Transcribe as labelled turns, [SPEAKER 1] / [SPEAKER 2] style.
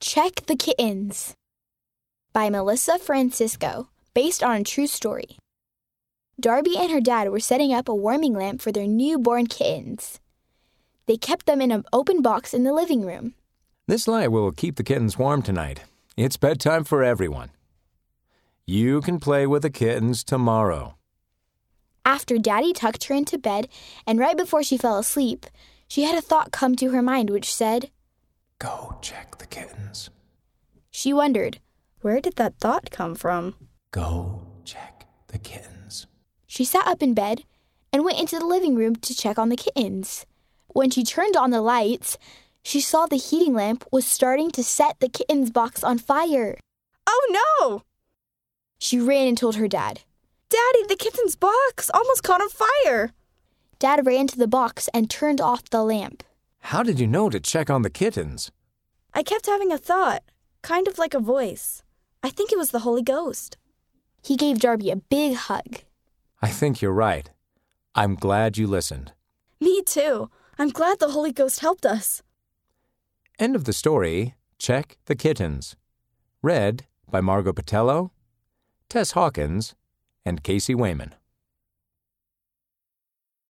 [SPEAKER 1] Check the Kittens by Melissa Francisco, based on a true story. Darby and her dad were setting up a warming lamp for their newborn kittens. They kept them in an open box in the living room.
[SPEAKER 2] This light will keep the kittens warm tonight. It's bedtime for everyone. You can play with the kittens tomorrow.
[SPEAKER 1] After Daddy tucked her into bed, and right before she fell asleep, she had a thought come to her mind which said,
[SPEAKER 2] Go check the kittens.
[SPEAKER 1] She wondered.
[SPEAKER 3] Where did that thought come from?
[SPEAKER 2] Go check the kittens.
[SPEAKER 1] She sat up in bed and went into the living room to check on the kittens. When she turned on the lights, she saw the heating lamp was starting to set the kittens' box on fire.
[SPEAKER 3] Oh no!
[SPEAKER 1] She ran and told her dad.
[SPEAKER 3] Daddy, the kitten's box almost caught on fire!
[SPEAKER 1] Dad ran to the box and turned off the lamp.
[SPEAKER 2] How did you know to check on the kittens?
[SPEAKER 3] I kept having a thought, kind of like a voice. I think it was the Holy Ghost.
[SPEAKER 1] He gave Darby a big hug.
[SPEAKER 2] I think you're right. I'm glad you listened.
[SPEAKER 3] Me too. I'm glad the Holy Ghost helped us.
[SPEAKER 2] End of the story Check the Kittens. Read by Margot Patello, Tess Hawkins, and Casey Wayman.